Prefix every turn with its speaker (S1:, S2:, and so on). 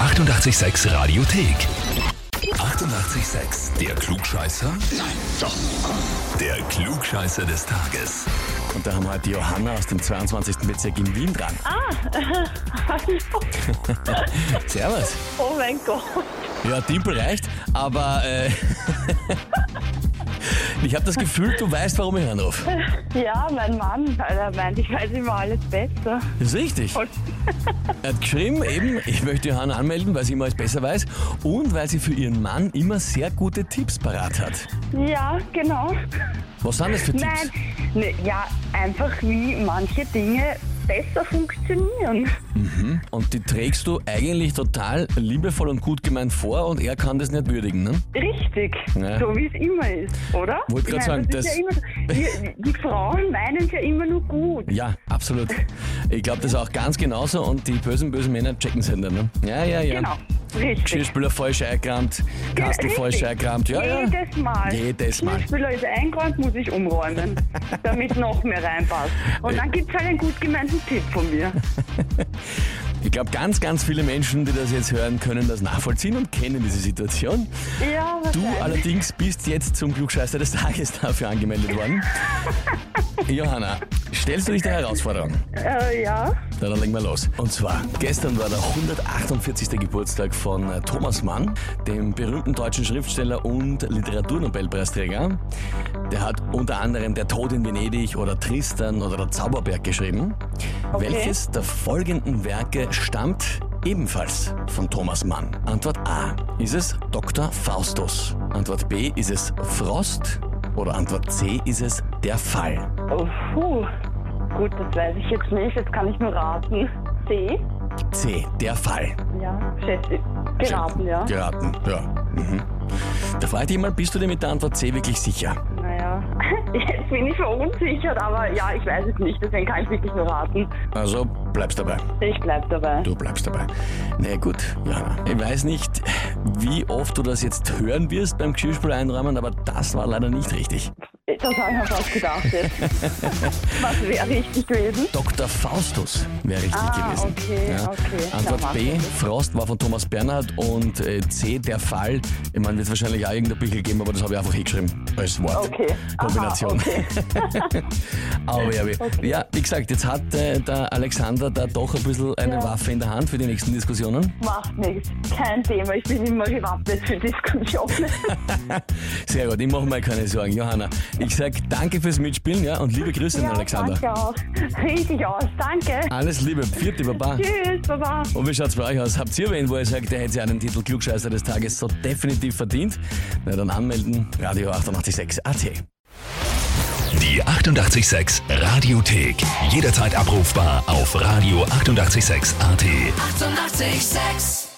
S1: 886 Radiothek. 88,6. Der Klugscheißer? Nein, doch. Der Klugscheißer des Tages.
S2: Und da haben wir halt die Johanna aus dem 22. Bezirk in Wien dran.
S3: Ah. Hallo.
S2: Servus.
S3: Oh mein Gott.
S2: Ja, Dimpel reicht, aber äh, ich habe das Gefühl, du weißt, warum ich anrufe.
S3: Ja, mein Mann, weil er meint, ich weiß immer alles besser.
S2: Das ist richtig.
S3: Voll.
S2: Er hat geschrieben, eben, ich möchte Johanna anmelden, weil sie immer alles besser weiß und weil sie für ihren Mann immer sehr gute Tipps parat hat.
S3: Ja, genau.
S2: Was sind das für
S3: Nein,
S2: Tipps?
S3: ne, ja, einfach wie manche Dinge besser funktionieren.
S2: Und die trägst du eigentlich total liebevoll und gut gemeint vor und er kann das nicht würdigen, ne?
S3: Richtig,
S2: Ja.
S3: so wie es immer ist, oder?
S2: Wollte
S3: Ich
S2: gerade
S3: meine,
S2: sagen,
S3: ist
S2: das-
S3: ja immer, die, die Frauen meinen es ja immer nur gut.
S2: Ja, absolut. Ich glaube das auch ganz genauso und die bösen, bösen Männer checken es nicht, ne? Ja, ja, ja.
S3: Genau, richtig.
S2: Geschirrspüler falsch eingeräumt,
S3: Ge-
S2: Kastel
S3: richtig.
S2: falsch eingeräumt, ja, ja.
S3: Jedes Mal.
S2: Jedes Mal.
S3: Spieler ist eingeräumt, muss ich umräumen, damit noch mehr reinpasst.
S2: Äh.
S3: Und dann gibt es halt einen gut gemeinten Tipp von mir.
S2: Ich glaube, ganz, ganz viele Menschen, die das jetzt hören, können das nachvollziehen und kennen diese Situation.
S3: Ja,
S2: Du
S3: wahrscheinlich.
S2: allerdings bist jetzt zum Klugscheißer des Tages dafür angemeldet worden. Johanna, stellst du dich der Herausforderung?
S3: Äh, ja.
S2: Na, Dann legen wir los. Und zwar, gestern war der 148. Geburtstag von äh, Thomas Mann, dem berühmten deutschen Schriftsteller und Literaturnobelpreisträger. Der hat unter anderem Der Tod in Venedig oder Tristan oder Der Zauberberg geschrieben.
S3: Okay.
S2: Welches der folgenden Werke stammt ebenfalls von Thomas Mann? Antwort A. Ist es Dr. Faustus? Antwort B. Ist es Frost? Oder Antwort C. Ist es Der Fall?
S3: Oh, puh. Gut, das weiß ich jetzt nicht. Jetzt kann ich nur raten. C?
S2: C. Der Fall.
S3: Ja, schätze ich. Geraten, ja.
S2: Geraten, ja. Mhm. Da frage ich dich mal, bist du dir mit der Antwort C wirklich sicher?
S3: Naja. Jetzt bin ich verunsichert, aber ja, ich weiß es nicht. Deswegen kann ich wirklich nur raten.
S2: Also bleibst dabei.
S3: Ich bleib dabei.
S2: Du bleibst dabei. Na nee, gut, Johanna. Ich weiß nicht, wie oft du das jetzt hören wirst beim Geschirrspül einräumen, aber das war leider nicht richtig.
S3: Das habe ich mir fast gedacht jetzt. Was wäre richtig gewesen?
S2: Dr. Faustus wäre richtig
S3: Ah,
S2: gewesen.
S3: okay, okay. Dann
S2: Antwort
S3: mach
S2: B,
S3: ich
S2: Frost war von Thomas Bernhard und äh, C, der Fall. Ich meine, wird wahrscheinlich auch irgendein Pickel geben, aber das habe ich einfach hingeschrieben als Wort.
S3: Okay. Aha,
S2: Kombination.
S3: okay.
S2: Aber ja, wie- ja, wie gesagt, jetzt hat äh, der Alexander da doch ein bisschen eine Waffe in der Hand für die nächsten Diskussionen.
S3: oh, Macht nichts. Kein Thema. Ich bin immer gewappnet für Diskussionen.
S2: Sehr gut, ich mache mir keine Sorgen, Johanna. Ich sag danke fürs Mitspielen ja, und liebe Grüße an Alexander.
S3: danke auch. Richtig aus. Danke.
S2: Alles Liebe, vierte Baba.
S3: Tschüss, Baba.
S2: Und wie schaut's bei euch aus? Habt ihr wen, wo ihr sagt, der hätte sich einen Titel Klugscheißer des Tages so definitiv verdient? Na dann anmelden, Radio 886 AT.
S1: Die 88,6 Radiothek. Jederzeit abrufbar auf radio886.at. 88,6.
S4: Eighty-eight, sex.